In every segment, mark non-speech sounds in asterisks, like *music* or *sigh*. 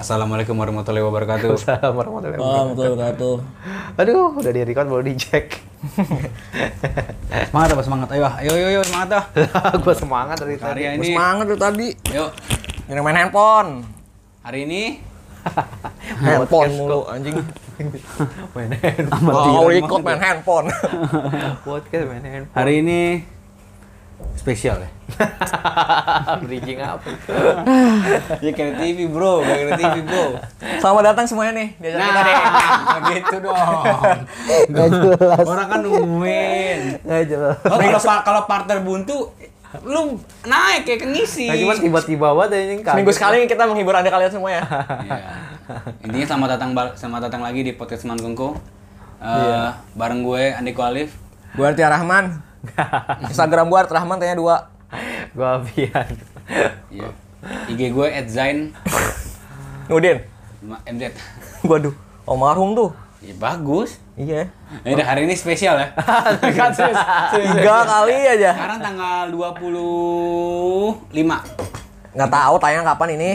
Assalamualaikum warahmatullahi wabarakatuh. Waalaikumsalam warahmatullahi Oh, wabarakatuh. betul betul. ya. Aduh, udah di record baru di cek. Semangat apa semangat? Ayo, ah. ayo, ayo, ayo semangat dah. *laughs* Gua semangat dari tadi. Hari ini, Semangat lu tadi. yuk. Jangan main handphone. Hari ini, Handphone mulu *laughs* anjing. Main handphone. Mau record main handphone. Podcast main handphone. hari ini spesial ya. *laughs* Bridging apa? Ya kayak TV bro, kayak TV bro. *laughs* Selamat datang semuanya nih di *laughs* acara kita nih. Nah, *laughs* gitu dong. Gak jelas. Orang kan nungguin. Gak jelas. Oh, kalau par- kalau partner buntu, lu naik kayak kengisi. Nah, cuman tiba-tiba banget anjing kaget. Minggu sekali kita menghibur anda kalian ya. *laughs* semuanya. Iya. Intinya selamat datang bal- selamat datang lagi di podcast Mangkungku. Eh, bareng gue Andi Alif. Gue Artia Rahman. *laughs* Instagram gue Artia Rahman tanya dua. Gua abian. Iya. IG gue @zain Nudin. MZ. *laughs* Waduh. Almarhum tuh. Ya bagus. Iya. Ya udah, hari ini spesial ya. Tiga *laughs* kali aja. Sekarang tanggal 25. Nggak tahu tayang kapan ini.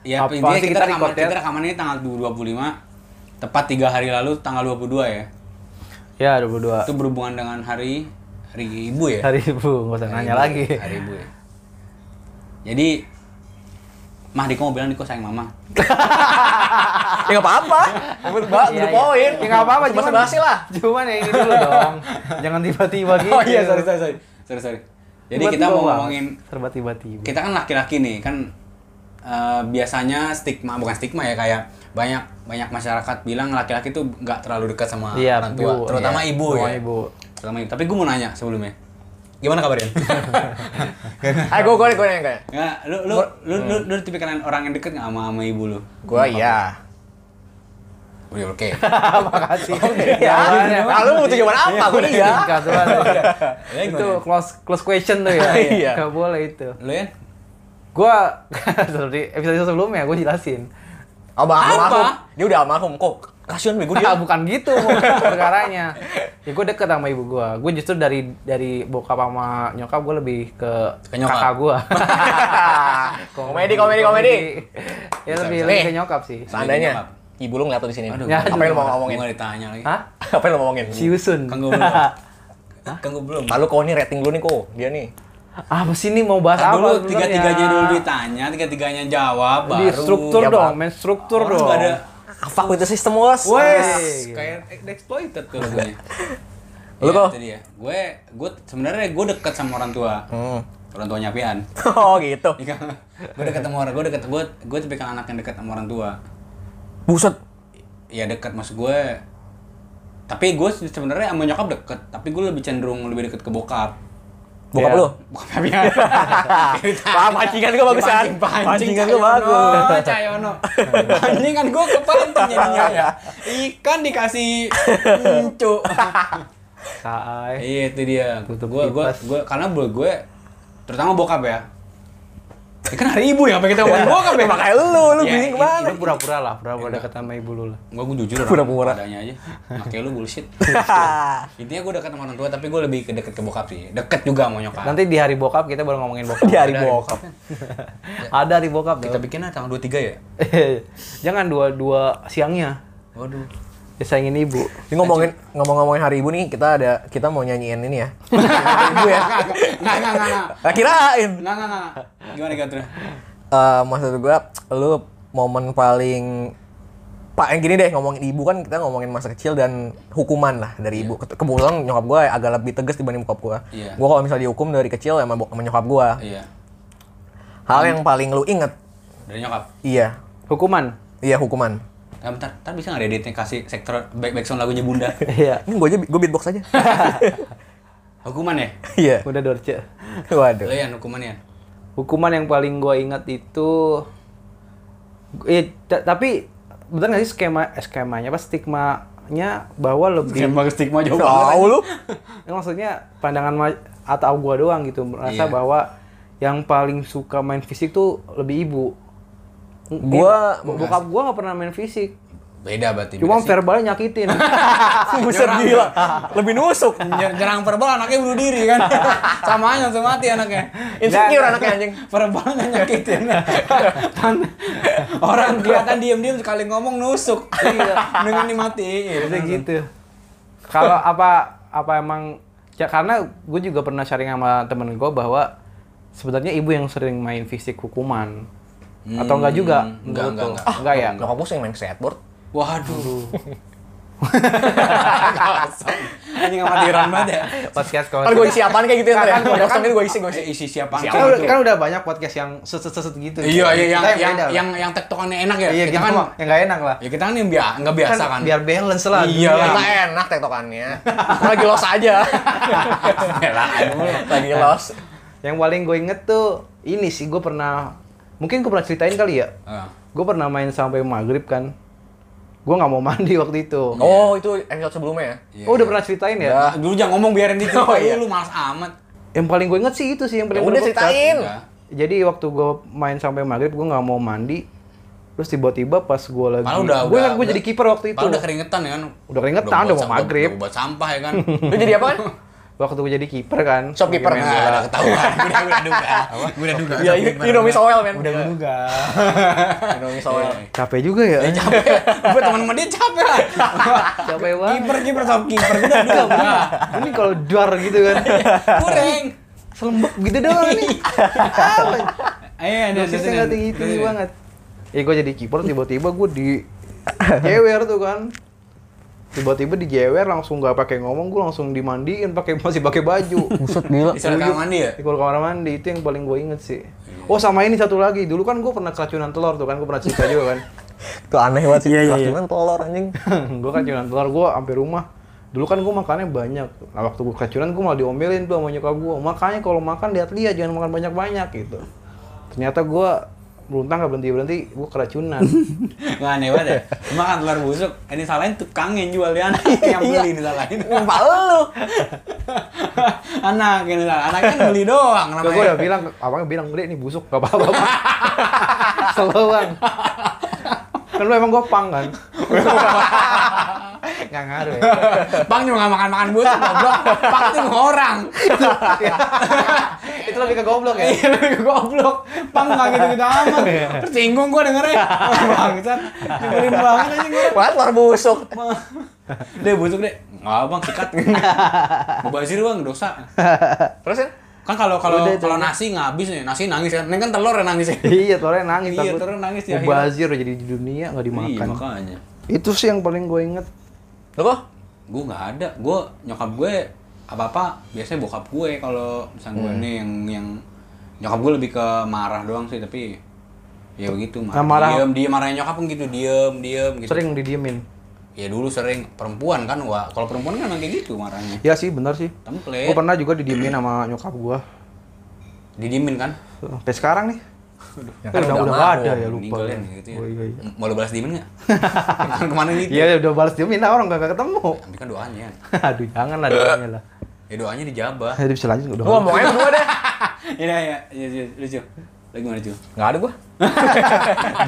Ya, Apa intinya sih kita kita rekaman, record ya? kita rekaman ini tanggal 25. Tepat tiga hari lalu tanggal 22 ya. Ya, 22. Itu berhubungan dengan hari hari ibu ya. Hari Ibu, gak usah nanya Ibu, lagi. Hari ibu ya. Jadi Mah Diko mau bilang Diko sayang mama. Ya nggak apa-apa. Mbak, Iya, to the iya. point. Ya nggak apa-apa, Cuma cuman- sebasi lah. Cuman ya ini dulu dong. Jangan tiba-tiba gitu. Oh iya, sorry sorry sorry. Sorry sorry. Jadi Tiba-tiba kita mau banget. ngomongin serba tiba-tiba. kita kan laki-laki nih kan eh, biasanya stigma bukan stigma ya kayak banyak banyak masyarakat bilang laki-laki tuh nggak terlalu dekat sama Iya, orang tua bu, terutama iya. ibu Terutama ya ibu. terutama ibu tapi gue mau nanya sebelumnya gimana kabarnya *laughs* Ayo gue gue gue yang kayak. nggak lu lu lu lu, Hmm. lu, tipikal orang yang deket nggak sama sama ibu lu Gue iya. Oh, iya, *laughs* oke Makasih. Iya, Ya, Jawabannya. nah, lu butuh jawaban apa? Gue iya. Enggak, tuan. Ya, itu gimana? close close question tuh ya. Iya. Gak boleh itu. lu ya Gua *laughs* seperti episode sebelumnya gua jelasin. Abang Apa? almarhum. Dia udah almarhum *laughs* kok. Kasihan *laughs* bego Nah, dia. bukan gitu bukan perkaranya. Ya gua deket sama ibu gua. Gua justru dari dari bokap sama nyokap gua lebih ke, Ke nyokap. kakak gua. komedi, komedi, komedi. Ya Bisa, lebih bisa. lebih ke Nih. nyokap sih. Nyokap. Seandainya ibu lu ngeliat lu di sini. Aduh, Ya, Apa yang lu mau ngomongin? Gua ditanya lagi Hah? Apa yang lu mau ngomongin? Ciusun. kan gue belum kan gue belum Lalu kok ini rating lu nih kok, dia nih. *laughs* Apa sih ini mau bahas Kan apa? dulu sebenarnya? tiga tiganya dulu ditanya tiga tiganya jawab baru Di struktur Ya, Pak. dong, main struktur Orang dong. nggak ada Apa with the system was? Wes. kayak exploited tuh lagunya. Lu kok? Itu dia. Gue gue sebenarnya gue dekat sama orang tua. Hmm. *laughs* Orang tuanya Pian. Oh gitu. gue dekat sama orang, gue dekat gue gue tipikal anak yang dekat sama orang tua. Buset. Ya dekat maksud gue. Tapi gue se- sebenarnya sama nyokap dekat, tapi gue lebih cenderung lebih dekat ke bokap. Bokap Iya. lu. Bokapnya *laughs* Pian. Wah, pancingan gua bagus, An. Pancingan gua bagus. Cayono. Anjing kan gue kepancing jadinya ya. Ikan *laughs* dikasih encu. Kai. Iya itu dia. Eh, Tutup Gue gue kipas. gue karena buat gue terutama bokap ya. Ya kan hari ibu ya, apa kita ngomongin bokap ya? Makanya lu, lu Ya, bingung i- banget. Lu Iya, pura-pura lah, pura-pura deket sama ibu lu lah. Enggak, gue jujur orang Pura-pura. adanya aja. Makanya lu bullshit. Intinya gue dekat sama orang tua, tapi gue lebih ke deket ke bokap sih. Deket juga sama nyokap. Nanti di hari bokap kita baru ngomongin bokap. Di hari bokap. Ada hari bokap. gitu. Kita dong. bikinnya tanggal 23 ya? Iya, Jangan dua dua siangnya. Waduh. Disayangin ibu. Ini ngomongin ngomong-ngomongin hari ibu nih, kita ada kita mau nyanyiin *laughs* ini ya. Hari ibu ya. Nggak, nggak, nggak, nggak. Nah, kirain. Nggak, nggak, nggak. Gimana Gatra? Eh, maksud gua lu momen paling Pak yang gini deh ngomongin ibu kan kita ngomongin masa kecil dan hukuman lah dari ibu. Ke- Kebetulan nyokap gua agak lebih tegas dibanding bokap gua. Iya. Gua kalau misalnya dihukum dari kecil sama, bok- sama nyokap gua. Iya. Hal yang paling lu inget, Dari nyokap. iya, Hukuman. iya hukuman. Nah, bentar, bentar bisa nggak editnya kasih sektor back back sound lagunya Bunda? *laughs* Iya. Ini gua aja gua beatbox aja. Hukuman ya? Iya. Udah dorce. Lo Waduh. Yan, hukuman ya? Yan. Hukuman yang paling gua ingat itu eh ta- tapi bener nggak sih skema eh, skemanya apa stigmanya bahwa lebih Kayak bang stigma jauh Tahu lu? *laughs* Ya, maksudnya pandangan ma- atau gua doang gitu merasa Iya. bahwa yang paling suka main fisik tuh lebih ibu. Gua- bokap gua nggak pernah main fisik. Beda berarti. beda sih. Cuma Iya, verbalnya *laughs* nyakitin. Buset gila. Lebih nusuk. Nyer- nyerang verbal anaknya bunuh diri kan. Sama aja langsung mati anaknya. Insecure anaknya anjing. Verbal nggak nyakitin. *laughs* Pan- Orang kelihatan diem-diem sekali ngomong nusuk. Dengan dimatiin. Bisa gitu. Kalau apa apa emang ya karena gue juga pernah sharing sama temen gue bahwa sebenarnya ibu yang sering main fisik hukuman atau enggak juga enggak, Menurut enggak, lo? enggak. enggak ya Nyokap gue sering main skateboard. *laughs* Waduh. Alasan. Anjing sama tiran banget ya. podcast kalau Kan gue isi apaan kayak gitu ya. ntar ya. Kan- kan- Kalau kosong ini gue isi, gue isi. Eh, isi siapa? Isi kan udah, kan udah banyak podcast yang set set set gitu Iya, iya yang Kita yang beda lah. yang yang tektokannya enak ya. iya kita gitu kan mah, yang nggak enak lah ya kita kan yang bia- nggak biasa kan. *laughs* biar balance lah Iya. dunia. Kita enak tektokannya. Lagi los aja. Iya. Lagi los. yang paling gue inget tuh ini sih gue pernah mungkin gue pernah ceritain kali ya Ah. gue pernah main sampai maghrib kan gue nggak mau mandi waktu itu Oh itu episode sebelumnya ya? Iya, oh udah iya. pernah ceritain ya Ah, dulu jangan ngomong biarin dikit Oh, iya. lu malas amat. yang paling gue inget sih itu sih yang paling Ya udah berbekas. ceritain. Enggak. jadi waktu gue main sampai maghrib gue nggak mau mandi terus tiba-tiba pas gue lagi Malah udah gue udah- kan gue udah- jadi kiper waktu itu Malah udah keringetan ya kan. Udah keringetan, buat udah mau sam- maghrib. Udah buat sampah ya *laughs* kan. Lu jadi *laughs* apa kan? waktu gue jadi kiper kan Shopkeeper. Nah, Gue udah ketahuan, gue udah udah duga. Gue udah duga. Iya, Indomie Soel men. udah *laughs* menduga Indomie Soel. capek juga *laughs* ya Gue teman sama dia capek lah. capek banget Kiper kiper top kiper gue udah duga. Bang. ini kalau duar gitu kan *laughs* Kurang. selembek gitu doang *laughs* nih apa Ayo, Iya, ada dosisnya nggak tinggi tinggi banget ya gue jadi kiper tiba-tiba gue di *laughs* jewer tuh kan tiba-tiba di jewer langsung nggak pakai ngomong gue langsung dimandiin pakai masih pakai *laughs* baju Buset gila. Di kamar mandi *laughs* ya? di kamar mandi itu yang paling gue inget sih oh sama ini satu lagi dulu kan gue pernah keracunan telur tuh kan gue pernah cerita juga kan *laughs* Itu aneh banget sih. Keracunan telur anjing. *laughs* gue keracunan telur gue sampai rumah dulu kan gue makannya banyak nah, waktu gue keracunan gue malah diomelin tuh sama nyokap gue makanya kalau makan lihat-lihat jangan makan banyak-banyak gitu ternyata gue beruntang nggak berhenti berhenti gue *laughs* keracunan Nggak aneh banget ya. Cuma kan telur busuk. Ini salahin tukangnya yang jual ya anak yang beli ini salahin. *laughs* Sumpah lu. anak ini salah. Anaknya kan beli doang namanya. gue udah bilang abangnya bilang gede nih busuk gak apa-apa *laughs* Bang." Slow, Bang. kan lu emang gopang kan *laughs* nggak ngaruh ya Bang cuma nggak makan-makan busuk, goblok. Bang itu orang. itu lebih ke goblok ya Iya, *laughs* lebih ke goblok. Bang nggak gitu-gitu amat. Tersinggung gue *laughs* dengerin. Bangsat. Dengerin banget aja gue. Wah telur busuk. Deh, busuk deh. Nggak, bang, sikat. Mubazir, bang, dosa. Terus ya? Kan kalau kalau Udah, kalau nasi nggak habis nih, nasi nangis kan. Ini kan telur yang nangis ya. *laughs* iya telurnya nangis ya, Iya, takut. telurnya nangis di akhir. mubazir jadi di dunia nggak Iya, dimakan makanya. itu sih yang paling gue inget Lu kok? gue nggak ada gue nyokap gue apa apa biasanya bokap gue kalau misalnya gue Hmm. nih yang yang nyokap gue lebih ke marah doang sih tapi ya begitu marah, Nah, marah- diem diem marahnya nyokap kan gitu diem diem gitu sering didiemin ya dulu sering perempuan kan wah kalau perempuan kan emang kayak gitu marahnya ya sih benar sih template gue pernah juga didiemin sama nyokap gue didiemin kan sampai sekarang nih Ya Eh, udah udah nggak ada ya lupa meninggal kan gitu ya Oh, iya, iya. mau lo balas diemin *laughs* nggak kan kemarin itu Iya udah balas diemin lah orang gak, gak ketemu. *laughs* ambil kan doanya Aduh jangan lah doanya lah. Ah, ya doanya *laughs* dijabah Jadi bisa lanjut udah. Lu ngomong aja berdua deh. ya ya ya ya lucu lagi gimana lucu Gak ada gua.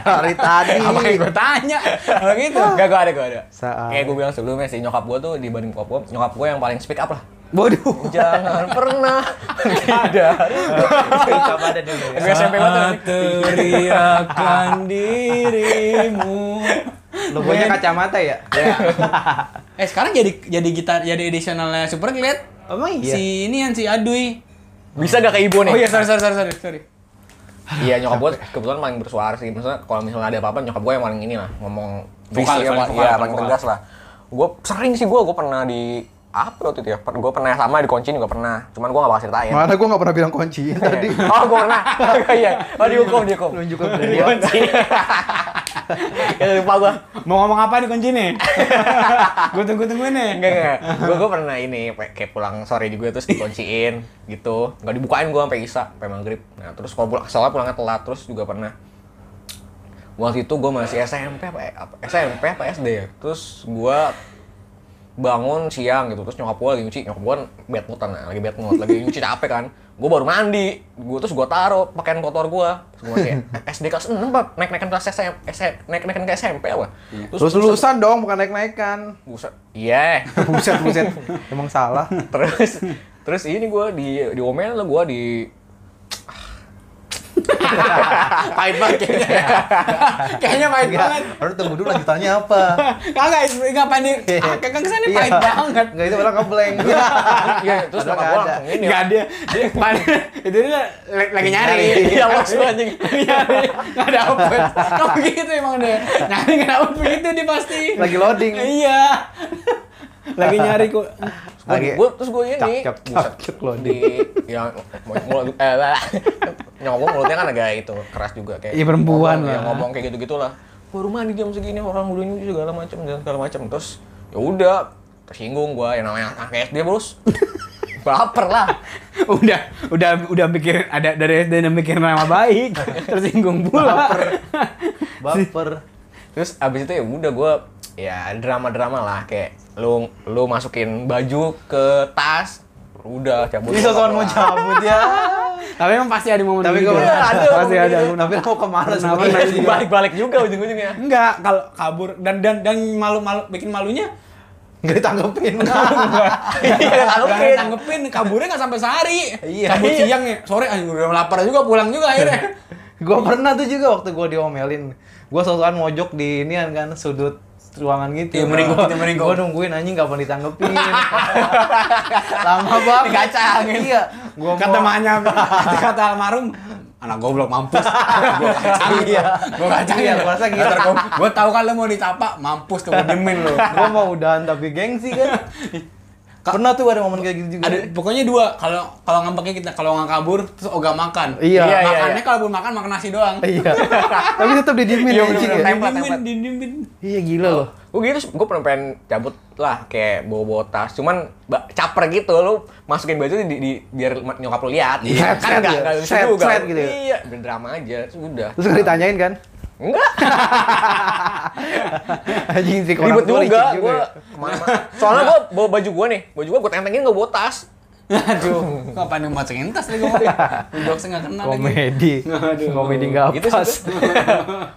dari tadi. apa yang gue tanya kalau *laughs* gitu Gak, gua ada, gua ada. Saat- Kayak gua bilang sebelumnya sih, nyokap gua tuh dibanding bokap gua, nyokap gua yang paling speak up lah. Waduh. Jangan pernah menghindari. Coba ada dulu. Gue SMP banget Iya. Ah, tuh. Saat teriakan *laughs* dirimu. Logonya kacamata ya? Ya. eh sekarang jadi jadi gitar jadi additionalnya super Glad. Emang iya? Si ini yang si Adui. Bisa gak ke ibu nih? Oh iya sorry sorry sorry sorry. sorry. *laughs* Iya nyokap gue kebetulan paling bersuara sih. Maksudnya kalau misalnya ada apa-apa nyokap gue yang paling ini lah ngomong Vokal, Iya, paling pa- vokal, iya, paling paling vokal. tegas lah. Gue sering sih gue gue pernah di apa waktu itu ya? Gue pernah sama dikunciin juga pernah. Cuman gue gak bakal ceritain. *laughs* Mana gue gak pernah bilang kunci tadi. Oh gue pernah. *laughs* Iya. Oh dihukum dihukum. Nunjukin ke dia. Ya lupa gue. Mau ngomong apa nih kunci nih? gue tunggu tungguin ya. nih. Enggak enggak. Gue gue pernah ini pe- kayak pulang sore juga terus dikunciin gitu. Gak dibukain gue sampai isa sampai maghrib. Nah terus kalau pulang soalnya pulangnya telat terus juga pernah eh, waktu itu gue masih SMP apa, apa SMP apa SD ya terus gue bangun siang gitu terus nyokap gue lagi nyuci nyokap gue kan bad mood kan lagi bad mood lagi nyuci capek kan gue baru mandi gue terus gue taruh pakaian kotor gue gue kayak SD kelas 6 pak naik naikin kelas SM, naik naikin ke SMP apa Terus, lulusan dong, bukan naik-naikan. *laughs* buset iya Buset, buset. Emang salah. terus terus ini gue di diomelin lah gue di Pahit banget kayaknya. ya. kayaknya pahit banget. Harus tunggu dulu lanjutannya apa. Kagak, nggak panik. Ah, Kagak kesannya pahit banget. Enggak itu malah ngeblank. Iya, terus Iya. Padahal nggak ada. nyokap gue langsung ini Enggak dia, dia kemarin itu dia le- lagi nyari. Nyari. Iya, maksud anjing. Nyari. Enggak dapet. Kalau gitu emang deh. Nyari enggak dapet begitu dia pasti. *laughs* Lagi loading. Iya. Lagi nyari kok. Gua, Lagi- gua- terus gue ini Cak, cak, buset. cak, cak, loading. di yang mulut eh lah. nyokap gua mulutnya kan agak itu keras juga kayak Iya, perempuan ngomong, ya, lah. ngomong kayak gitu gitulah baru mandi jam segini orang udah nyuci segala macam dan segala macam terus ya udah tersinggung gua yang namanya anak SD *laughs* bos baper lah *laughs* Udah, udah, udah mikirin ada dari SD yang mikirin nama *laughs* baik, tersinggung pula. Baper. terus abis itu ya udah gua ya drama drama lah kayak lu lu masukin baju ke tas udah cabut Ini sosokan mau pulang. cabut ya. *laughs* Tapi emang pasti ada momen gitu. Tapi begitu. kalau Iya, ada pasti momen ada. gitu. Tapi mau kemana Kenapa sebenarnya? nanya? *laughs* balik-balik juga ujung-ujungnya Enggak, kalau kabur dan dan dan malu-malu bikin malunya *laughs* Enggak *laughs* ditanggepin. Iya, Gak oke. tanggepin, kaburnya gak sampai sehari. Iya. Kabur siang ya, sore anjing udah lapar juga pulang juga akhirnya. gue pernah tuh juga waktu gue diomelin gue sosokan mojok di ini kan sudut ruangan Iya, gitu meringkuk, Gua- iya, meringkuk. gua nungguin anjing kapan *laughs* ditanggepin lama banget Dikacangin. iya gua kata mau- *laughs* maknya, kata, kata almarhum, anak goblok mampus. Gua kacangin. Iya. Gua kacangin. Iya, gua rasa gitu. Ntar gua- Gua tahu kan lu mau dicapa, mampus tuh gua diemin lu. gua mau udahan tapi gengsi kan pernah tuh ada momen kayak gitu juga Ada pokoknya dua, kalau kalau ngambeknya kita kalau nggak kabur terus ogah makan. Iya. Iya, iya, Makannya iya. kalau belum makan makan nasi doang. iya tapi tetap didiemin Iya, anjing bener-bener. ya Template, Didiemin, template. didiemin. iya gila loh gue gitu gue pernah pengen cabut lah kayak bawa bawa tas cuman ba- caper gitu lu masukin baju di, di biar ma- nyokap lu lihat Iya, set kan nggak ya. nggak lucu Set, juga set gitu ya. iya drama aja sudah terus gak ditanyain kan enggak *laughs* anjing sih ribet tua juga licik gue ya. kemana-mana soalnya *laughs* gue bawa baju gue nih baju gue gue tentengin nggak bawa tas *laughs* Aduh, kapan yang macengin tas lagi ngomong. Boxnya nggak kenal lagi. komedi Aduh. komedi nggak gitu sih pas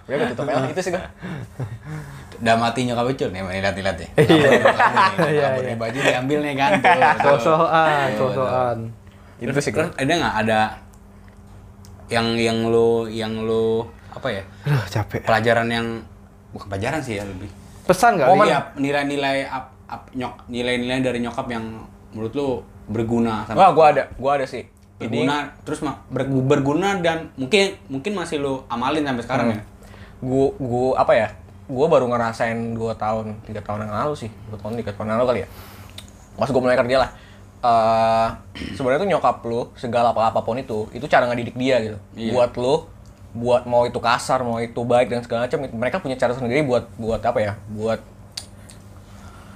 gue *laughs* ya gue tutup aja lah, itu sih gue udah mati nyokap Ucul nih lihat-lihat ya. Iya. Iya, Iya. iya. Baju diambil nih kan. tuh, tuh. sosokan Tuh, sosokan tuh. itu Gitu sih gue Terus ada nggak ada yang yang lu yang lu apa ya? aduh capek Pelajaran yang bukan pelajaran sih ya lebih. pesan kali Momen ya? nilai-nilai up, up, nyok nilai-nilai dari nyokap yang menurut lu berguna wah gue ada gue ada sih ini berguna terus ma- ber- berguna dan mungkin mungkin masih lu amalin sampai sekarang ya. gue gue apa ya gue baru ngerasain 2 tahun tiga tahun yang lalu sih dua tahun tiga tahun yang lalu kali ya pas gue mulai kerja lah Eh, sebenarnya tuh nyokap lu segala apa apapun itu itu cara ngedidik dia gitu Iya. buat lu buat mau itu kasar mau itu baik dan segala macam mereka punya cara sendiri buat buat apa ya buat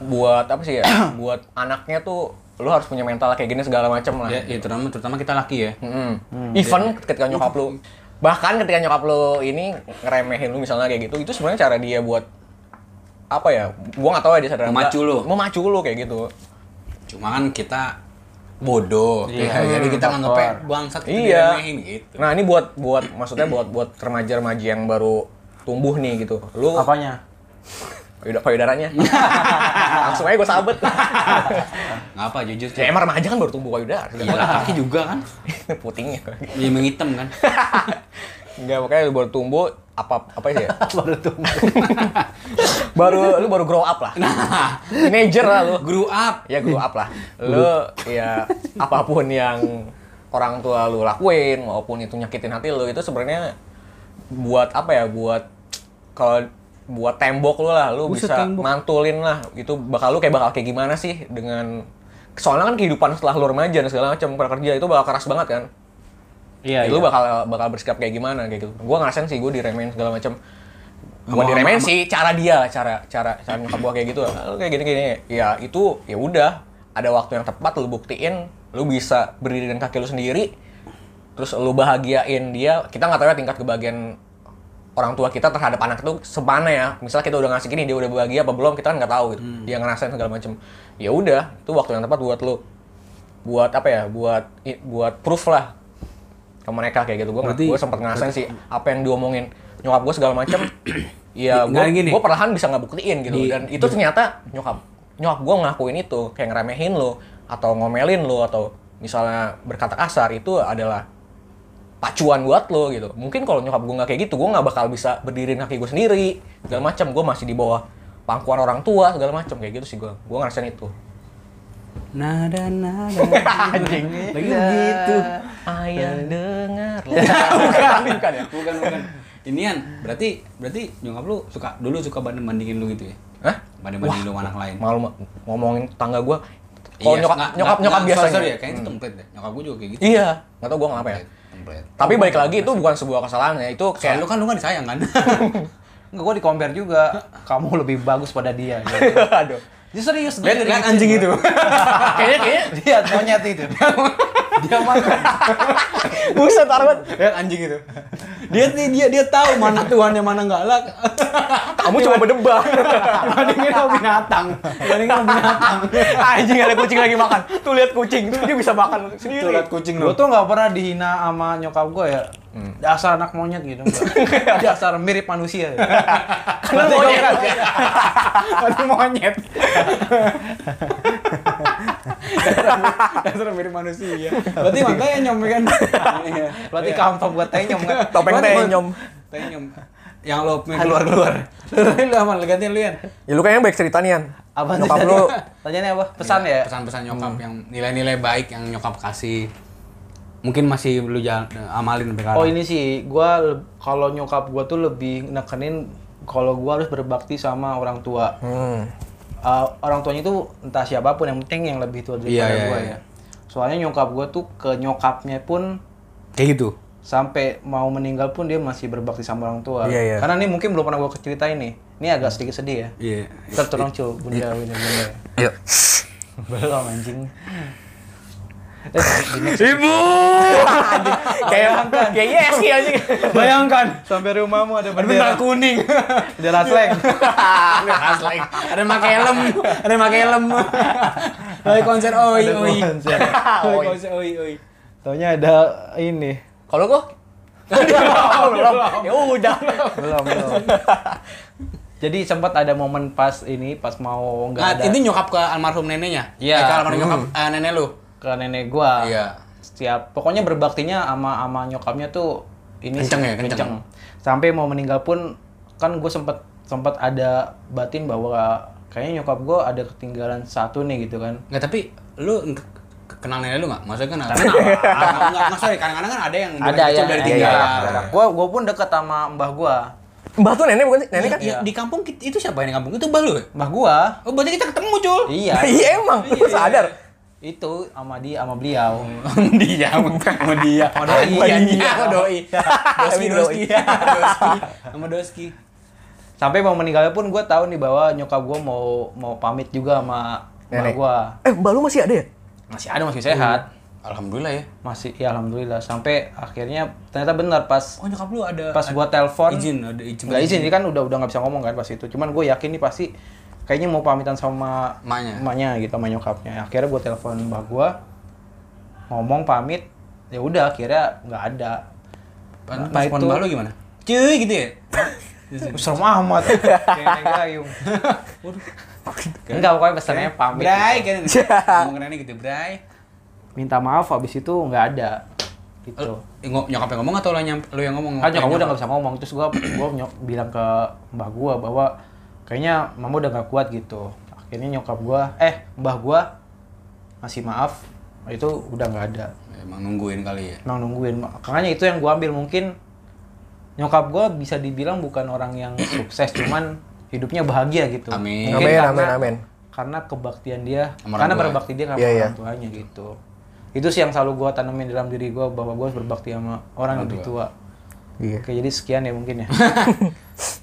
buat apa sih ya buat anaknya tuh lu harus punya mental kayak gini segala macam lah Ya, ya terutama terutama kita laki ya. Mm. Even ketika nyokap lu bahkan ketika nyokap lu ini ngeremehin lu misalnya kayak gitu itu sebenarnya cara dia buat apa ya gua nggak tahu ya dia sadar apa Memacu nggak. lu. memacu lu kayak gitu Cuma kan kita bodoh. Iya. ya. Jadi kita Hmm, nganggepnya baper. bangsat itu iya diremehin gitu. nah ini buat buat maksudnya buat buat remaja-remaja yang baru tumbuh nih gitu lu Apanya? *laughs* payuda- payudaranya langsung aja gua sabet Nggak apa jujur. ya emang remaja kan baru tumbuh payudara Iya, laki juga kan. *laughs* putingnya Iya menghitam kan. Enggak, makanya lu baru tumbuh apa apa sih ya? *laughs* Baru tumbuh. *laughs* baru lu baru grow up lah Nah, teenager lah lu grew up. ya grow up lah lu ya apapun yang orang tua lu lakuin maupun itu nyakitin hati lu itu sebenarnya buat apa ya buat kalau buat tembok lu lah lu Buset, bisa tembok. mantulin lah itu bakal lu kayak bakal kayak gimana sih dengan soalnya kan kehidupan setelah lu remaja dan segala macam kerja itu bakal keras banget kan Iya, Ya, lu bakal bakal bersikap kayak gimana kayak gitu gua ngerasain sih gua diremehin segala macam gua Sama- diremehin sama- sih cara dia lah cara cara cara nyokap gua kayak gitu "Ah, lu kayak gini gini ya itu ya udah ada waktu yang tepat lu buktiin lu bisa berdiri dengan kaki lu sendiri terus lu bahagiain dia kita nggak tahu ya tingkat kebahagiaan orang tua kita terhadap anak itu semana ya misalnya kita udah ngasih gini dia udah bahagia apa belum kita kan nggak tahu gitu dia ngerasain segala macem ya udah itu waktu yang tepat buat lu buat apa ya buat i- buat proof lah ke mereka kayak gitu gue Berarti- gue sempat ngerasain sih apa yang diomongin nyokap gue segala *coughs* macem ya Nggak, Nah, gini. gue gue perlahan bisa ngebuktiin gitu Di- dan itu ternyata nyokap nyokap gue ngelakuin itu kayak ngeremehin lo atau ngomelin lo atau misalnya berkata kasar itu adalah pacuan buat lo gitu mungkin kalau nyokap gue nggak kayak gitu gue nggak bakal bisa berdiriin kaki gue sendiri segala macam gue masih di bawah pangkuan orang tua segala macam kayak gitu sih gue gue ngerasain itu Nada nada. anjing Lagi gitu. begitu. ayah dengar Eh. *laughs* bukan bukan ya Bukan bukan. Inian, berarti berarti nyokap lu suka dulu suka banding bandingin lu gitu ya? Hah? Banding bandingin lu sama anak lain. Iya, malu ma- ngomongin tangga gue kalau nyokap nggak- nyokap nggak- nyokap nggak, biasanya Sorry, sorry ya, kayaknya itu template deh. Nyokap gue juga kayak gitu. iya nggak tau gue ngapa ya Template. Tapi balik lagi itu bukan sebuah kesalahan ya, itu Soalnya kayak lu kan lu kan disayang *laughs* kan. iya. Enggak, gue di compare juga. Kamu lebih bagus pada dia. Gitu. *laughs* *laughs* aduh. Dia serius. lihat dia dari lihat anjing *laughs* kecil. itu. Kayaknya kayaknya Lihat monyet itu. dia makan. buset Arman. lihat anjing itu. Dia sih dia dia tahu mana tuan yang mana enggak lah. Kamu cuma berdebah. *laughs* Bandingin sama binatang. Bandingin sama *laughs* binatang. Anjing ada kucing lagi makan. Tuh lihat kucing, tuh dia bisa makan sendiri. Tuh lihat kucing lu. Gue tuh nggak pernah dihina sama nyokap gue ya. Hmm. Dasar anak monyet gitu. *laughs* nggak. Dasar mirip manusia. Ya. Karena monyet. Ada monyet. *laughs* Dasar mirip *laughs* manusia. Berarti makanya nyom kan. *laughs* Iya. Berarti kantong buat tenyom *laughs* kan. Topeng Cuman- tenyom. Tanya nyom. Yang lo keluar keluar. Lu aman gantian lu Yan. Ya lu kayaknya baik cerita nih, Yan. Apa Nyokap tadi? lu Tanyanya Iya, apa? Pesan ya? Pesan-pesan nyokap yang nilai-nilai baik yang nyokap kasih. Mungkin masih lu jalan, amalin sampai Oh sekarang. ini sih, gua le- kalau nyokap gua tuh lebih nekenin kalau gua harus berbakti sama orang tua. Hmm. Eh, orang tuanya itu entah siapapun, yang penting yang lebih tua daripada Iya, iya, gua iya. ya. Soalnya nyokap gua tuh ke nyokapnya pun Kayak gitu. sampai mau meninggal pun dia masih berbakti sama orang tua. Iya, iya. Karena ini mungkin belum pernah gua ceritain nih. Ini agak sedikit sedih ya. Iya. Ntar tolong cul, bunda bunda bunda. Ayo. Belum anjing. Ibu. Anjing. Kayak kayak yes sih anjing. Iya. Bayangkan sampai rumahmu ada bendera *laughs* kuning. bendera slang. Ah, ada yang pakai helm, ada yang pakai helm. Lagi konser oi oi. Lagi konser oi oi. Taunya ada ini. Kalau gua belum. *laughs* Ya udah. Belum, belum. Jadi sempat ada momen pas ini pas mau nggak Nah, ada itu nyokap ke almarhum neneknya. Iya. Ah. Eh, Ke almarhum nyokap eh, nenek lu. ke nenek gua. Iya. Setiap pokoknya berbaktinya ama ama nyokapnya tuh ini Kenceng sih, ya, kenceng. Sampai mau meninggal pun kan gue sempet sempat ada batin bahwa kayaknya nyokap gua ada ketinggalan satu nih gitu kan. Nggak, tapi lu n- kenal nenek lu nggak? Maksudnya kenal? Kenal. Ah, Nggak, nggak, sorry. Kadang-kadang kan ada yang dari Ada iya, kecil yang dari ya. Iya, dari tinggal. Gua gua pun deket sama mbah gua. Mbah tuh nenek bukan sih? Nenek Ini kan? kan di kampung kita- itu siapa yang di kampung itu balu ya? Mbah gua. Oh, berarti kita ketemu, Cul. *laughs* Iya. Iya emang, lu sadar. itu sama dia sama beliau. dia, sama dia. Sama doi. Sama anjing. Sama doi. Doski, Sama doski. Doski. Sama doski. sampai mau meninggalnya pun gue tahu nih bahwa nyokap gue mau mau pamit juga sama nenek Nenek. gue Eh, Mbah lu masih ada ya? masih ada masih sehat Alhamdulillah ya. masih ya alhamdulillah sampai akhirnya ternyata benar pas Oh, nyokap lu ada pas gue telepon izin, ada izin. nggak izin ini kan udah udah nggak bisa ngomong kan pas itu cuman gue yakin nih pasti kayaknya mau pamitan sama Emaknya. emaknya gitu sama nyokapnya akhirnya gue telepon mbak gue ngomong pamit ya udah akhirnya nggak ada Pan- Nah, Respon itu- balu gimana? Cuy gitu *laughs* ya. serem amat kayak naik gayung Waduh. enggak pokoknya pesannya pamit Bray kan. *laughs* Ngomong ke nenek gitu, Bray. minta maaf habis itu nggak ada gitu Eh, ngo- Nyokap yang ngomong atau lo yang lo yang ngomong? kan nyokap gue udah nggak bisa ngomong terus *clears throat* gue gua nyok- bilang ke mbah gue bahwa kayaknya mama udah nggak kuat gitu akhirnya nyokap gue eh mbah gue masih maaf itu udah nggak ada Emang nungguin kali ya. emang nungguin makanya itu yang gue ambil mungkin nyokap gue bisa dibilang bukan orang *clears throat* yang sukses cuman hidupnya bahagia gitu Amin. Mungkin Amin, karena- amin, amin. karena kebaktian dia Sama orang karena tua. berbakti dia sama Iya, iya. orang tuanya gitu itu sih yang selalu gue tanemin dalam diri gue bahwa gue harus berbakti sama orang yang lebih tua Iya. Oke, jadi sekian *laughs* ya mungkin ya.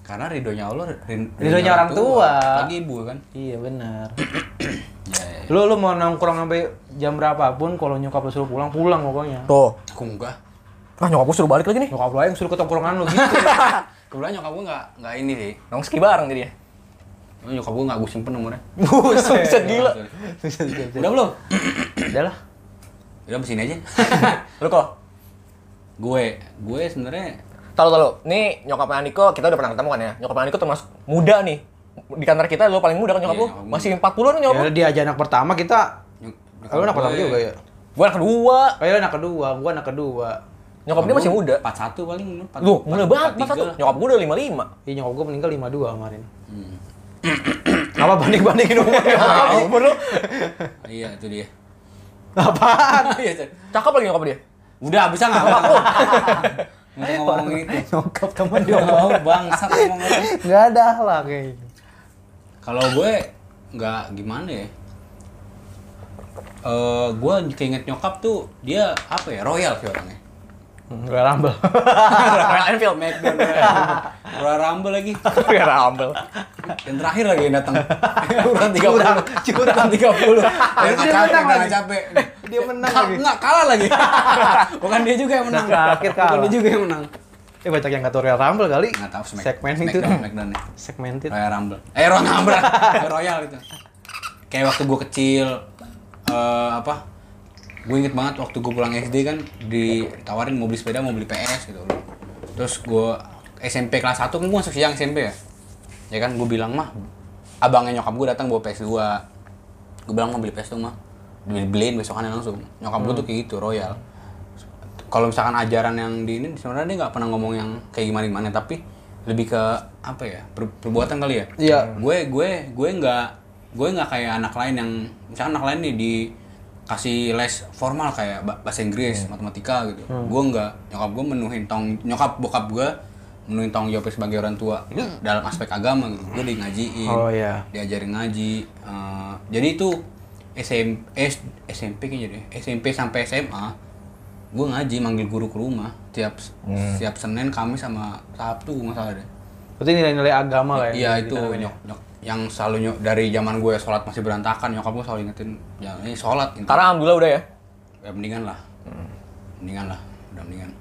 Karena ridhonya Allah, rid- Ridhonya orang tua. Lagi ibu kan. *clears throat* iya benar. Iya, iya. Lu lu mau nongkrong sampai jam berapapun kalau nyokap lu suruh pulang, pulang pokoknya. Tuh. Aku enggak. Ah, nyokap gua suruh balik lagi nih. Nyokap lu aja yang suruh ke tongkrongan lu gitu. kebetulan nyokap gue nggak nggak ini sih Nongski bareng jadi ya. nyokap gue nggak gue simpen nomornya Buset gila. *laughs* udah Ya belum Udah lah. udah sini aja *laughs* Lu kok? gue gue sebenarnya Tahu tahu. Nih nyokapnya Aniko kita udah pernah ketemu kan ya. Nyokapnya Aniko termasuk muda nih. Di kantor kita lu paling muda kan nyokap Iya, lu? nyokap gua. Iya. Masih 40-an kan nyokap lu? Ya dia aja anak pertama kita. nyok- nyokap Kalau anak gue- pertama juga ya. Gua anak kedua. Kayak anak kedua, gua anak kedua. Nyokap dia gue masih muda. 41 paling empat- Lu muda empat- banget 43 masa lah. Nyokap gua udah *laughs* 55. Ih, Iya, nyokap gua meninggal 52 kemarin. Hmm. Apa *laughs* banding-bandingin umur? *laughs* Apa sih? umur lu? iya itu dia Apaan? *laughs* Iya, Chan. Cakep lagi nyokap dia. udah bisa nggak apa *laughs* lu nggak usah ngomongin itu Nyokap temen dia mau bangsat ngomongin itu. Nggak ada lah gitu. kayaknya. kalau gue nggak gimana ya Eh, gue keinget nyokap tuh dia apa ya royal sih orangnya Gak rambel. Royal Enfield. McDonald Royal Rumble lagi Royal Rumble. yang terakhir lagi yang datang kurang tiga puluh kurang tiga puluh Harusnya dia menang lagi. capek Dia menang Kal- lagi. nggak kalah *laughs* lagi bukan dia juga yang menang Terakhir kalah. bukan dia juga yang menang Eh banyak yang kata Royal Rumble kali. nggak tahu Smack- Segmen itu. Smackdown Smackdown ya. Segmented. Royal Rumble. Eh Royal Rumble. *laughs* Eh, Royal itu. Kayak waktu gue kecil eh apa? Gue inget banget waktu gue pulang SD kan ditawarin mau beli sepeda, mau beli PS gitu loh. Terus gue SMP kelas 1 kan gue masuk siang SMP ya. Ya kan gue bilang mah abangnya nyokap gue datang bawa PS2. Gue bilang mau beli PS2 mah. Dibeliin besokannya langsung. Nyokap gue tuh kayak gitu, royal. Kalau misalkan ajaran yang di ini sebenarnya dia nggak pernah ngomong yang kayak gimana gimana tapi lebih ke apa ya per- perbuatan kali ya Iya. gue gue gue nggak gue nggak kayak anak lain yang misalkan anak lain nih dikasih les formal kayak ba- bahasa Inggris Hmm. matematika gitu gue nggak nyokap gue menuhin tong nyokap bokap gue menuhin tanggung jawab sebagai orang tua dalam aspek agama gitu gue di ngajiin Hmm. Oh, iya. diajarin ngaji eh, jadi itu eh, SMP SMP kayaknya deh SMP sampai SMA gue ngaji manggil guru ke rumah tiap tiap Senin Kamis sama Sabtu nggak salah deh Berarti nilai-nilai agama lah ya. Iya itu nyok, nyok- yang selalu nyok- dari zaman gue sholat masih berantakan nyokap gue selalu ingetin jangan ini sholat ini. Sekarang alhamdulillah udah ya. ya, mendingan lah mendingan lah udah mendingan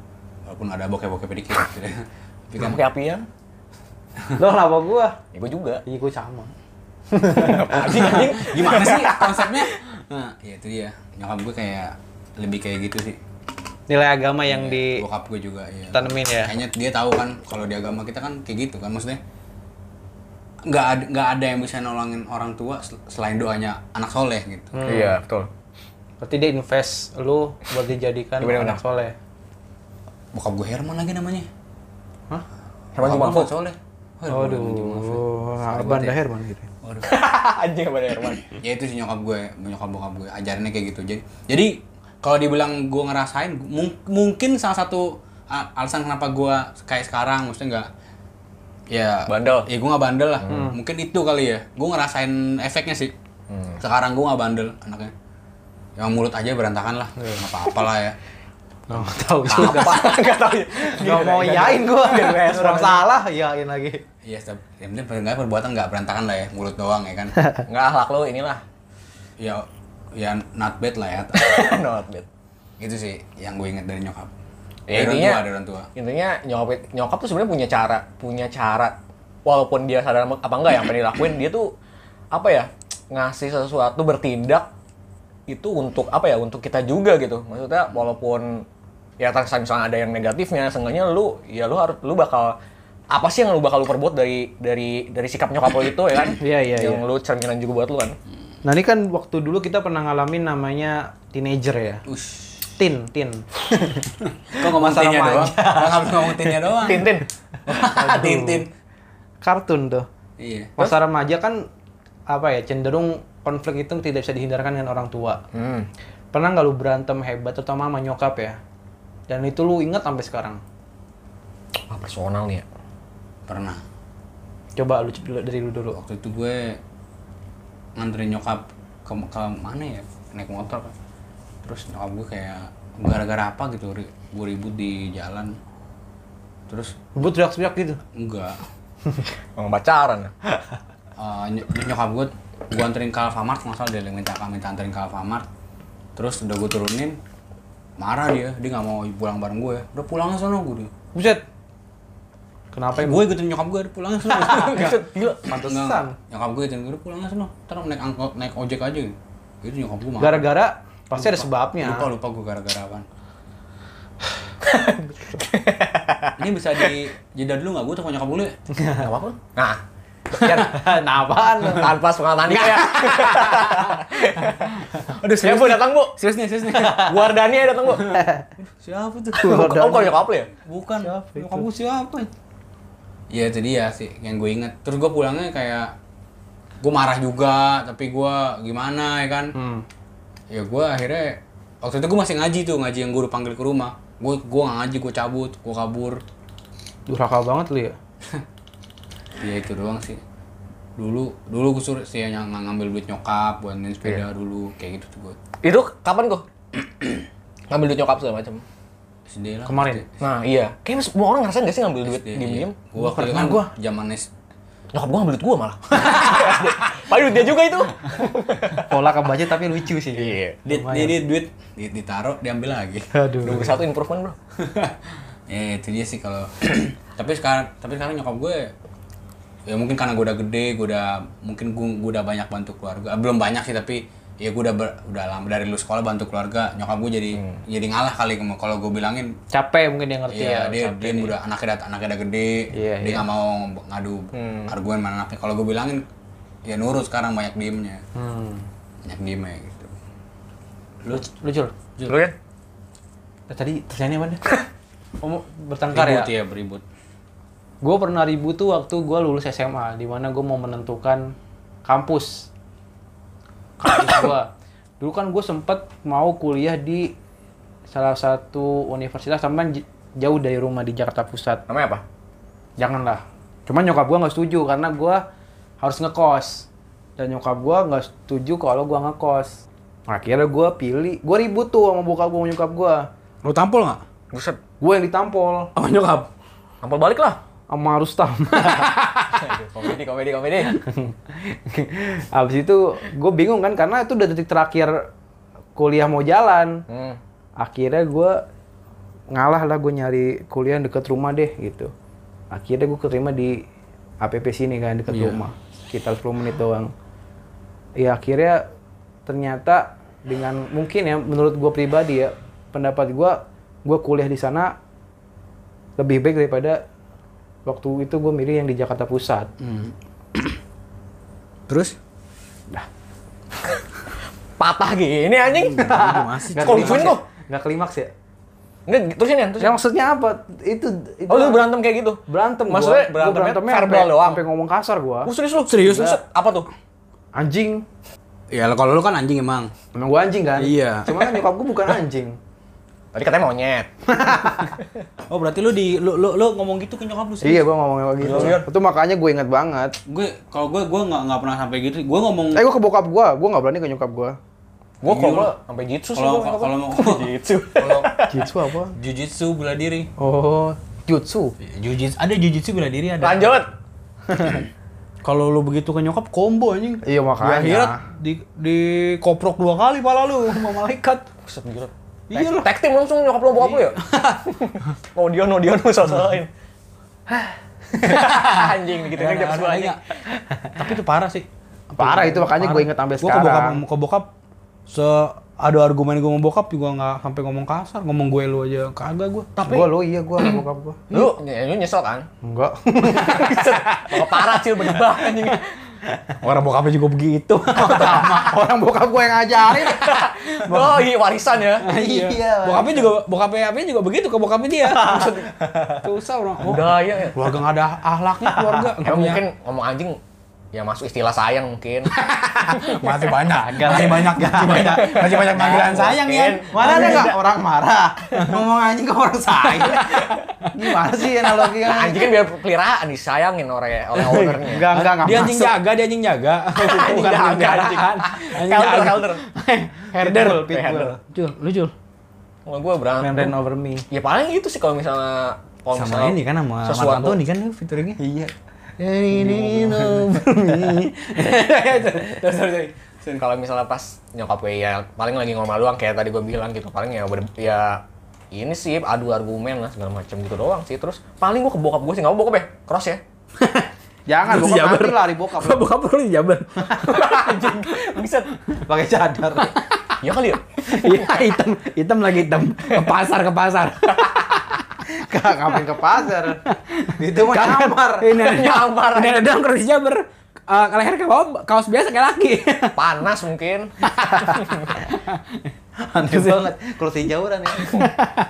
walaupun ada bokeh-bokeh pedikit gitu deh. tapi kan Pakai apian. Lo kenapa gua? Ya gua juga. Iya gua sama. anjing, anjing, *laughs* gimana sih konsepnya nah ya itu dia nyokap gue kayak lebih kayak gitu sih Nilai agama yang di bokap gue juga iya. Tanemin ya? kayaknya dia tahu kan kalau di agama kita kan kayak gitu kan maksudnya nggak ada nggak ada yang bisa nolongin orang tua sel- selain doanya anak soleh gitu Hmm. Iya, betul. berarti dia invest lu buat dijadikan Gimana, anak gimana? soleh. bokap gue Herman lagi namanya Hah? Herman Bokap gue Jumafo. Ahmad soleh Oh, Herman Jumafo. Aduh, Sorry Abang banget ya. Daherman gitu. Waduh. *laughs* Anjing apa Herman? ya itu sih nyokap gue nyokap bokap gue ajarannya kayak gitu jadi jadi kalau dibilang gue ngerasain mung- mungkin salah satu a- alasan kenapa gue kayak sekarang maksudnya nggak ya Bandel. ya gue nggak bandel lah mungkin itu kali ya gue ngerasain efeknya sih Hmm. sekarang gue nggak bandel anaknya yang mulut aja berantakan lah nggak apa-apa lah ya Nggak mau tahu juga. Enggak tahu. *laughs* Nggak ya. mau yain gua. Orang salah yain lagi. iya setiap- yang penting nggak perbuatan nggak berantakan lah ya mulut doang ya kan Enggak akhlak lu *laughs* inilah. ya ya not bad lah ya Not bad. itu sih yang gue inget dari nyokap Ya, dari orang intinya- tua dari orang tua Intinya nyokap nyokap tuh sebenarnya punya cara, punya cara walaupun dia sadar apa enggak yang pengen dilakuin, dia tuh apa ya? ngasih sesuatu bertindak itu untuk apa ya? Untuk kita juga gitu. Maksudnya walaupun ya terkesan misalnya ada yang negatifnya, seenggaknya lu ya lu harus lu bakal apa sih yang lu bakal lu perbuat dari dari dari sikap nyokap lu itu ya kan? Iya, iya, Yang lu cerminan juga buat lu kan. Nah ini kan waktu dulu kita pernah ngalamin namanya teenager ya. Ush. Tin, tin. Kok ngomong Masa tinnya doang? remaja. Nggak harus ngomong tinnya doang. Tintin. *laughs* Hahaha, *laughs* tin, tin. Kartun tuh. Iya. Masa remaja kan apa ya cenderung konflik itu tidak bisa dihindarkan dengan orang tua. Hmm. Pernah nggak lu berantem hebat terutama sama nyokap ya? Dan itu lu ingat sampai sekarang. Ah, personal nih ya. *laughs* Pernah. Coba lu dulu- dari lu dulu. Waktu itu gue nganterin nyokap ke, ke mana ya? Naik motor. kan. Terus nyokap gue kayak gara-gara apa gitu ri- gue ribut di jalan. Terus Lu teriak-teriak gitu. enggak. Emang pacaran. Eh, ny- nyokap gue gue anterin ke Alfamart nggak salah dia minta minta anterin ke Alfamart terus udah gue turunin marah dia dia nggak mau pulang bareng gue udah pulang aja sono gue dia Buset. Kenapa ya? gue ikutin nyokap gue pulang langsung *laughs* Enggak. Gila. Enggak. pantesan? Nyokap gue ikutin gue pulang langsung Ntar naik angkot, naik ojek aja gitu. Itu nyokap gue mah. Gara-gara pasti ada sebabnya. Lupa lupa gue gara-gara *laughs* apaan. Ini bisa di jeda dulu nggak gue telepon nyokap dulu ya? Gak apa-apa. Nah, *laughs* nah, *laughs* apaan lu? tanpa pengalaman nikah ya. Aduh, Ya, Bu, datang, Bu. Serius nih, serius nih. Guardania datang, Bu. siapa tuh? Guardania. Kamu kalau nyokap lu ya? Bukan. Siapa itu? nyokap gue siapa? Ya itu dia sih yang gue inget. Terus gue pulangnya kayak gue marah juga, tapi gue gimana ya kan? Hmm. ya gue akhirnya waktu itu gue masih ngaji tuh ngaji yang guru panggil ke rumah gue gue nggak ngaji gue cabut gue kabur Durhaka banget lu ya. ya itu doang sih dulu dulu gue suruh sih yang ng- ngambil duit nyokap buat main sepeda dulu kayak gitu tuh gue Itu kapan kok? ngambil duit nyokap segala macam. sedih lah Kemarin? Nah, iya. Kayaknya semua orang ngerasain gak sih ngambil duit diem-diem? gue Iya, waktu itu kan gua. zaman es Nyokap gua ngambil duit gua malah. *laughs* Padahal duit dia juga itu. Pola kebaca tapi lucu sih. Iya. duit ini duit di- ditaruh diambil lagi *laughs* Aduh. Nunggu satu improvement, Bro. ya itu dia sih kalau *clears throat* tapi sekarang tapi sekarang nyokap gue ya mungkin karena gue udah gede gue udah mungkin gue, gue udah banyak bantu keluarga Ah, belum banyak sih tapi ya gue udah ber- udah lama dari lu sekolah bantu keluarga nyokap gue jadi jadi ngalah kali ke- kalau gue bilangin Capek mungkin dia ngerti Iya, ya. dia, dia udah anaknya udah anaknya udah gede, Iya, dia nggak mau ngadu argumen mana anaknya. Kalau gue bilangin, ya nurut sekarang banyak diemnya, Hmm. banyak diemnya gitu. Lu lu Jul. Lu kan? Nah, Tadi terjadi *laughs* apa nih? Om bertengkar ya? Ribut ya, beribut. Gue pernah ribut tuh waktu gue lulus SMA, di mana gue mau menentukan kampus. Kampus gue. Dulu kan gue sempet mau kuliah di salah satu universitas, teman jauh dari rumah di Jakarta Pusat. Namanya apa? Janganlah. Cuman nyokap gue nggak setuju karena gue harus ngekos. Dan nyokap gue nggak setuju kalau gue ngekos. Akhirnya gue pilih, gue ribut tuh sama bokap gue, nyokap gue. Lu tampol nggak? Buset. Gue yang ditampol Sama nyokap? Ampel balik lah. sama Rustam. komedi, komedi, komedi. *laughs* Abis itu gue bingung kan karena itu udah detik terakhir kuliah mau jalan. Hmm. Akhirnya gue ngalah lah gue nyari kuliah deket rumah deh gitu. Akhirnya gue keterima di APP sini kan deket rumah. Sekitar 10 menit doang. Ya akhirnya ternyata dengan mungkin ya menurut gue pribadi ya pendapat gue gue kuliah di sana lebih baik daripada waktu itu gue milih yang di Jakarta Pusat. Terus? Patah gini anjing. *laughs* masih Nggak Kok klimaks lucuin ya? kok? Nggak klimaks ya? Enggak, terusin ya, terusin. Ya maksudnya apa? Itu, itu Oh, lu berantem kayak gitu? berantem gua. Maksudnya Gua berantemnya verbal sampai, doang? sampai ngomong kasar gua. Oh, serius lu? Serius? Buset, apa tuh? Anjing. Ya kalau lu kan anjing emang. Emang gua anjing kan? Iya. Cuma kan nyokap gua bukan *laughs* anjing. Tadi katanya monyet. Oh berarti lu di lu lu, lu ngomong gitu ke nyokap lu sih? iya, gua ngomong kayak gitu. Iya. Itu makanya gua ingat banget. Gue kalau gue gue nggak nggak pernah sampai gitu. Gue ngomong Eh, gua ke bokap gua, gua nggak berani ke nyokap gua. Gua kok gua sampai jitsu sih kalau gua nyokap. kalau mau *laughs* jujitsu, kalau Jitsu apa? jujitsu bela diri. Oh, jutsu. Jujitsu ada jujitsu bela diri ada. Lanjut. Kalau lu begitu ke nyokap combo anjing. Iya, Di makanya. akhirat di di koprok dua kali pala lu sama malaikat. Buset gila. Iya lu. Tag team langsung nyokap lu bokap lu ya? Oh dia, no dia, no salah-salahin. anjing, gitu kan jokes gua anjing. Tapi itu parah sih. Parah itu makanya gua inget sampai Gue ke bokap sekarang. ke bokap se ada argumen gue mau bokap juga nggak sampai ngomong kasar, ngomong gue lu aja kagak gue. Gua *laughs* lo iya gua ke bokap gua. Lu, ya, lu nyesel kan? Enggak. Bakal parah sih, berdebat anjing. Orang bokapnya juga begitu. *laughs* Orang bokap gua yang ngajarin. Oh iya, warisan *laughs* ya. Iya. bokapnya juga bokapnya apanya juga begitu ke bokapnya dia. Susah orang. Oh, Budaya ya. keluarga nggak ada ahlaknya keluarga. Ya, Emang mungkin ngomong anjing ya masuk istilah sayang mungkin. *laughs* Masih banyak. Masih banyak. Masih banyak. Masih banyak panggilan sayang ya. Mana ada nggak orang marah? Ngomong anjing ke orang sayang. Gimana sih analoginya? Anjing kan biar keliraan disayangin oleh oleh ownernya. Enggak, enggak, enggak. dia anjing jaga, dia anjing jaga. Anjing Bukan jaga, anjing anjing. Helder, *laughs* helder. herder, Herder. pitbull. Jul, lu Jul. Kalau gue berantem. Man ran over me. Ya paling itu sih kalau misalnya kalau misalnya Oh, kan, Marco sesuatu kan dia fiturnya. Iya. Sorry, sorry, sorry. Sorry. kalau misalnya pas nyokap gue ya paling lagi ngomel doang kayak tadi gue bilang gitu paling ya ber- ya ini sih adu argumen lah segala macam gitu doang sih terus paling gue ke bokap gue sih nggak mau bokap ya cross ya Jangan, Terus bokap jabar. nanti lari bokap. Apa bokap lu dijabar? *laughs* anjing bisa Pakai cadar. ya kali ya *laughs* Iya, hitam, hitam lagi hitam. Ke pasar, ke pasar. Kak, ngapain ke pasar? Itu mau Kanan- nyamar. Ini ada Nyamar. Ini ada dong kerja ber eh, ke leher ke bawah kaos biasa kayak laki. panas mungkin Aneh banget. Kursi jauran ya.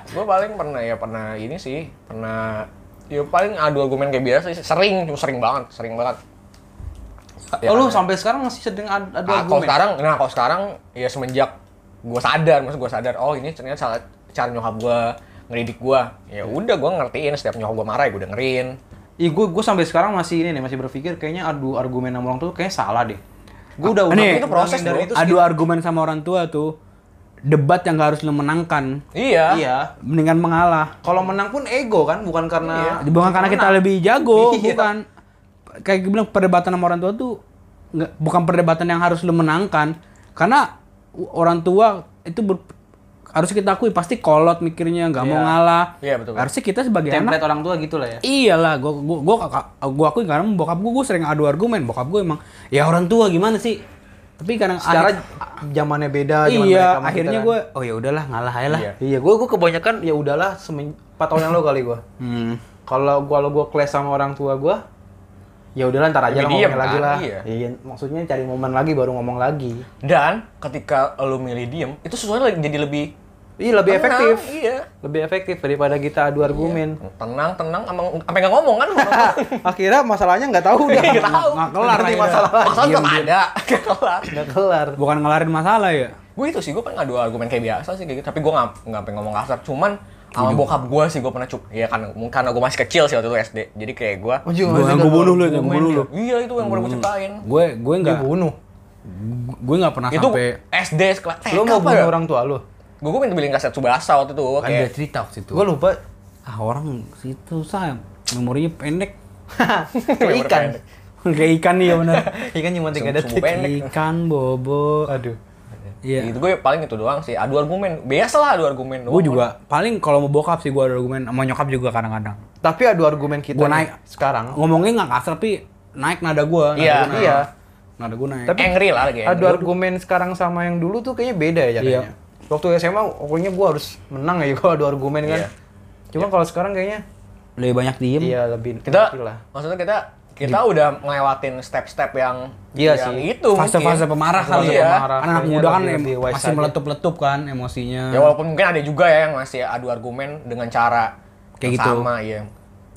gue paling pernah ya pernah ini sih pernah ya paling adu argumen kayak biasa sih sering cuma sering banget sering banget Ya, oh, lu karena- sampai sekarang masih sedang ad- ada Ah, argumen. kalau sekarang nah kalau sekarang ya semenjak gue sadar maksud gue sadar oh ini ternyata salah cara nyokap gue ngedidik gue ya udah gue ngertiin setiap nyokap gue marah ya gue dengerin Ih, gue gue sampai sekarang masih ini nih, masih berpikir kayaknya adu argumen sama orang tua kayaknya salah deh. Gue udah Ini, udah itu proses, dari bro. itu Adu argumen sama orang tua tuh debat yang gak harus lu menangkan, iya Iya. mendingan mengalah. Kalau menang pun ego kan, bukan karena Bukan karena kita lebih jago, Iya. bukan. Kayak gue bilang perdebatan sama orang tua tuh nggak- bukan perdebatan yang harus lu menangkan, karena u- orang tua itu ber, harus kita akui pasti kolot mikirnya, nggak mau Iya. ngalah. Iya, betul. Harusnya kita sebagai anak template orang tua gitu lah ya. Iyalah, gua gua gua kakak- gua akuin karena bokap gua, gua sering adu argumen. Bokap gua emang ya orang tua gimana sih? Tapi kadang Secara akhir- zamannya beda, zaman mereka iya, sama kita akhirnya kan. gua oh ya udahlah ngalah aja lah. Iya. Iya, gue gue kebanyakan ya udahlah semen 4 tahun yang lalu kali gue. Hmm. Kalau gua kalau gua clash sama orang tua gua, ya udahlah ntar aja Lebih lah diem ngomongin kan, lagi lah. iya. maksudnya cari momen lagi baru ngomong lagi. dan ketika lo milih diem itu sesuatu jadi lebih Iya lebih tenang, efektif, iya lebih efektif daripada kita adu argumen. tenang tenang amang- sampai nggak ngomong kan Akhirnya masalahnya nggak tahu udah. *laughs* nggak tahu nggak kelar Nanti akhirnya. masalah masalah tetap ada *laughs* nggak kelar Nggak kelar. Bukan ngelarin masalah ya. gue itu sih gue pengen ngadu argumen kayak biasa sih kayak gitu tapi gue nggak nggak pengen ngomong kasar cuman sama bokap gue sih gue pernah cup ya karena karena gue masih kecil sih waktu itu SD jadi kayak gue Gua Oh, juga masih gua nggak bunuh tahu. lu, gua bunuh lu. iya itu yang Hmm. pernah gue ciptain Gue gue enggak Dibunuh. gue enggak pernah itu Nah, sampai SD sekolah TK Lu mau apa bunuh ya? orang tua lu? gue gue minta beliin kaset Tsubasa waktu itu kan kayak udah cerita waktu itu. Gua *laughs* lupa. Ah, orang situ saya memorinya pendek. *laughs* Iya, Kayak ikan. Kayak ikan nih ya *laughs* benar. Ikan cuma tiga Sumbu- sumbu detik. pendek. Ikan bobo. Aduh. Iya. itu gue Gitu, paling itu doang sih adu argumen biasa lah adu argumen doang Gue juga paling kalau mau bokap sih gue ada argumen sama nyokap juga kadang-kadang. Tapi adu argumen kita Gua nih naik. sekarang. Ngomongnya nggak kasar tapi naik nada gue. Iya, iya. Nada gue naik. tapi angry lah kayak gitu. Adu argumen sekarang sama yang dulu tuh kayaknya beda ya caranya. Waktu SMA pokoknya gua harus menang ya *laughs* gua adu argumen kan. Iya. Cuma kalau sekarang kayaknya lebih banyak diem. iya lebih kita ngerti lah. maksudnya kita kita udah ngelewatin step-step yang Iya yang sih. itu Fase-fase mungkin. pemarah kali Fase-fase ya. pemarah. Karena anak Kayaknya muda kan lebih- em- lebih wise masih aja. meletup-letup kan emosinya. Ya walaupun mungkin ada juga ya yang masih adu argumen dengan cara Kayak yang gitu. sama ya.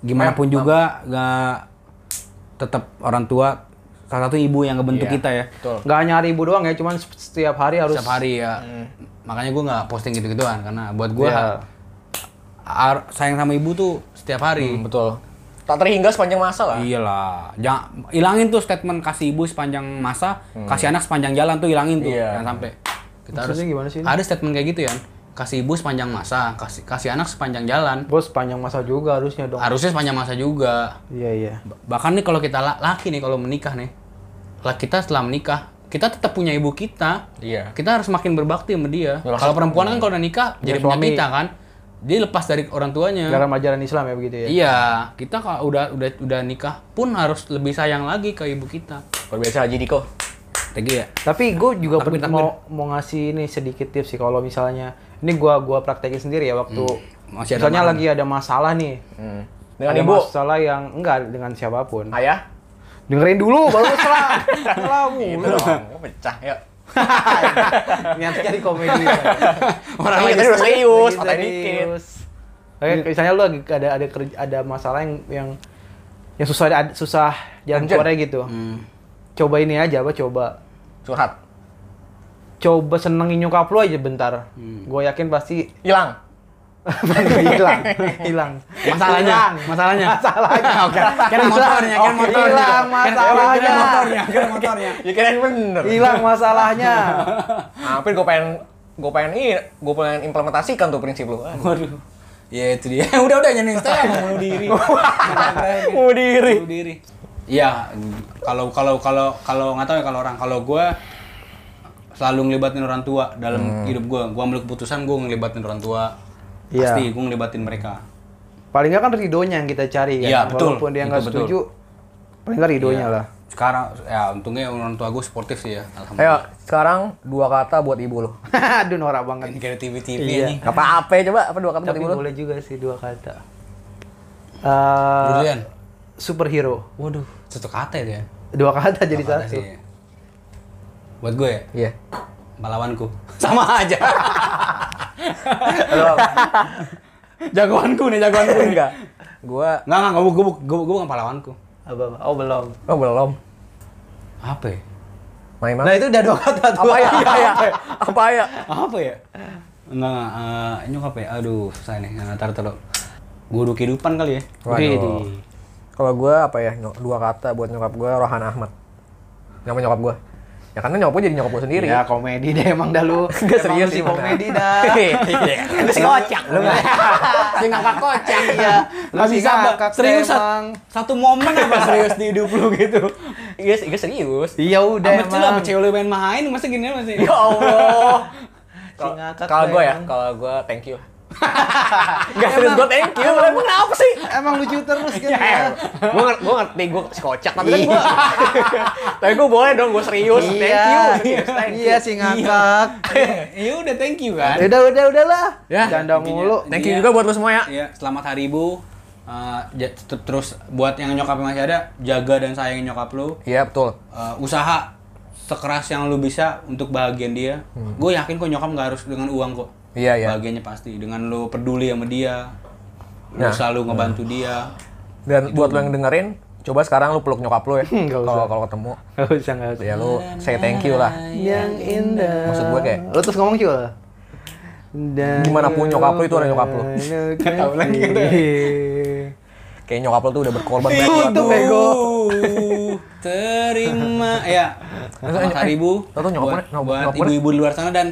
Gimana pun juga nggak tetap orang tua salah satu ibu yang ngebentuk Iya. kita ya. Betul. Nggak hanya hari ibu doang ya, cuman setiap hari harus Setiap hari ya. Makanya gue nggak posting gitu-gituan karena buat gue Iya. har- sayang sama ibu tuh setiap hari. Betul. Tak terhingga sepanjang masa lah. Iya. Iyalah, jangan ilangin tuh statement kasih ibu sepanjang masa, kasih anak sepanjang jalan tuh ilangin tuh. Iya. Jangan sampai. Kita harus Maksudnya gimana sih ini? Ada statement kayak gitu ya. Kasih ibu sepanjang masa, kasih kasih anak sepanjang jalan. Bos panjang masa juga harusnya dong. Harusnya sepanjang masa juga. Iya iya. Ba- Bahkan nih kalau kita la- laki nih kalau menikah nih. Lah kita setelah menikah, kita tetap punya ibu kita. Iya. Kita harus makin berbakti sama dia. Jelas. Kalau perempuan kan kalau udah nikah Ya, jadi punya suami. kita kan. Dia lepas dari orang tuanya. Dalam ajaran Islam ya begitu ya. Iya, kita kalau udah udah udah nikah pun harus lebih sayang lagi ke ibu kita. Luar biasa Haji Diko. Tegi ya. Tapi gue juga Takut, pen- takut. mau mau ngasih ini sedikit tips sih kalau misalnya ini gua gua praktekin sendiri ya waktu Masih ada misalnya malam. lagi ada masalah nih. Hmm. Dengan ada ibu, masalah yang enggak dengan siapapun. ayah. Dengerin dulu *laughs* baru serang. Serang Gitu mulu. dong. Gua Pecah ya. Niatnya di *laughs* komedi. Orang lagi tadi udah serius, Lagi otak dikit. serius. Kayak misalnya lu lagi ada ada kerja, ada masalah yang yang yang susah ada- susah jalan Urgent. keluarnya gitu. Hmm. Coba ini aja apa coba Curhat. coba senengin nyokap lu aja bentar. Hmm. Gue yakin pasti *laughs* *laughs* Hilang. hilang hilang Masalahnya, Hilang. masalahnya. masalahnya *laughs* Oke. Kira motornya, kira Oke, motornya. hilang Kira- Kira masalahnya. motornya, kira motornya. *laughs* Ya kirain bener. hilang masalahnya Hampir gue pengen gue pengen ini, gue pengen implementasikan tuh prinsip lu. Aduh. Waduh. Ya itu dia. *laughs* udah udah nyanyi saya mau bunuh *laughs* diri. Mau diri. bunuh diri. Iya, kalau kalau kalau kalau nggak tahu ya kalau orang kalau gua Hmm. selalu ngelibatin orang tua dalam hidup gua. Gua ambil keputusan gua ngelibatin orang tua. Iya. Pasti gue ngelibatin mereka. Paling nggak kan ridhonya yang kita cari kan. Iya, betul. Walaupun dia nggak Itu betul. setuju, paling nggak ridhonya lah. *laughs* Sekarang ya untungnya orang tua gue sportif sih ya. Ayo, Alhamdulillah. sekarang dua kata buat ibu lo. Aduh norak banget. Kayak TV TV Iya. anjing. Apa apa coba? Apa dua kata buat Tapi ibu lo? boleh juga sih dua kata. Eh, Julian. superhero. Waduh, satu kata ya dia. Dua kata jadi Kata satu. sih. Buat gue ya, Iya. pahlawanku. *laughs* Sama aja. Lo apa? jagoanku nih, jagoanku nih. enggak. Gua Enggak, enggak, gue, gue, gue, gue bukan pahlawanku. Apa, apa? Oh belum. oh belum. Apa ya? Main Nah itu udah dua kata tuh. *laughs* *laughs* Iya, Apa ya? iya, Apa ya? Apa ya? Apa ya? Enggak, enggak, eh, nyokap ya? Aduh, susah nih. Nah, Ntar, ntar, Guru kehidupan kali ya? Waduh. Kalau gue apa ya nyok- dua kata buat nyokap gue Rohan Ahmad. Nama nyokap gue. Ya karena nyokap gue jadi nyokap gue sendiri. Ya komedi deh emang dah lu. Nggak, Emang serius si sih, bener. *laughs* komedi dah. Iya. Lu kocak. *laughs* Lu Dia ngakak kocak. Iya. Gak Lu bisa, sih Mbak. ngakak serius. Sat. emang. Satu momen apa *laughs* serius di hidup lu gitu. Iya, iya serius. Iya udah Amat lu sama emang. cewek lu main main, masa gini masih. Ya Allah. Si ngakak Kalau lu gue ya, emang. kalau gue thank you. *laughs* Gak serius gue thank you. Emang kenapa sih? Emang lucu terus kan Ya, ya. gue ngerti, gue ngerti, gue si kocak, tapi kan gue, *laughs* tapi gue boleh dong, gue serius, thank you, Iya, thank you. iya si ngakak. *laughs* Ya udah, thank you kan. Ya Udah udah udahlah. Ya, Canda intinya. mulu. Thank you Iya. juga buat lo semua ya. Iya, selamat hari ibu. Eh, ja- tetep terus buat yang nyokapnya masih ada, jaga dan sayangi nyokap lu. Iya betul. Eh, usaha sekeras yang lu bisa untuk bahagian dia. Gue yakin kok nyokap nggak harus dengan uang kok. Iya, Hmm. iya. Bahagianya pasti dengan lu peduli sama dia. Lu Nah. selalu ngebantu dia. Dan buat lo yang dengerin, coba sekarang lu peluk nyokap *laughs* lu ya. Nggak usah. Kalau kalau ketemu, Gak usah gak usah. ya lu say thank you lah. Yang indah. Maksud gue kayak- Lu terus ngomong juga. Dan Gimana pun nyokap lu, itu ada nyokap lu. Gak tau lagi gitu. Kayak nyokap lu tuh udah berkorban banyak Itu banget. bego. Terima ya. Selamat hari ibu. Tau tuh buat, nyokapnya- eh, nyokap- buat nyokapnya. ibu-ibu di luar sana dan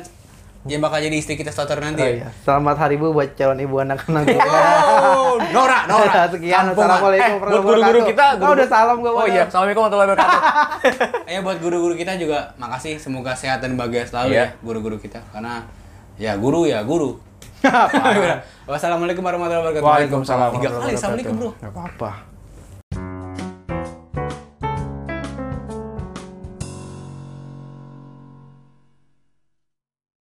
yang bakal jadi istri kita suatu hari nanti. Oh ya. iya. Selamat hari Bu buat calon ibu anak-anak *laughs* gue. Oh, Nora, Nora. *laughs* Sekian. Kampungan. Assalamualaikum Eh, buat guru-guru kita. Oh, udah salam gue. Oh iya, assalamualaikum warahmatullahi wabarakatuh. Ya buat guru-guru kita juga makasih semoga sehat dan bahagia selalu Iya. ya guru-guru kita karena ya guru ya *laughs* guru. *laughs* Wassalamualaikum warahmatullahi wabarakatuh. Tiga Waalaikumsalam kali warahmatullahi assalamualaikum bro. Gak apa-apa.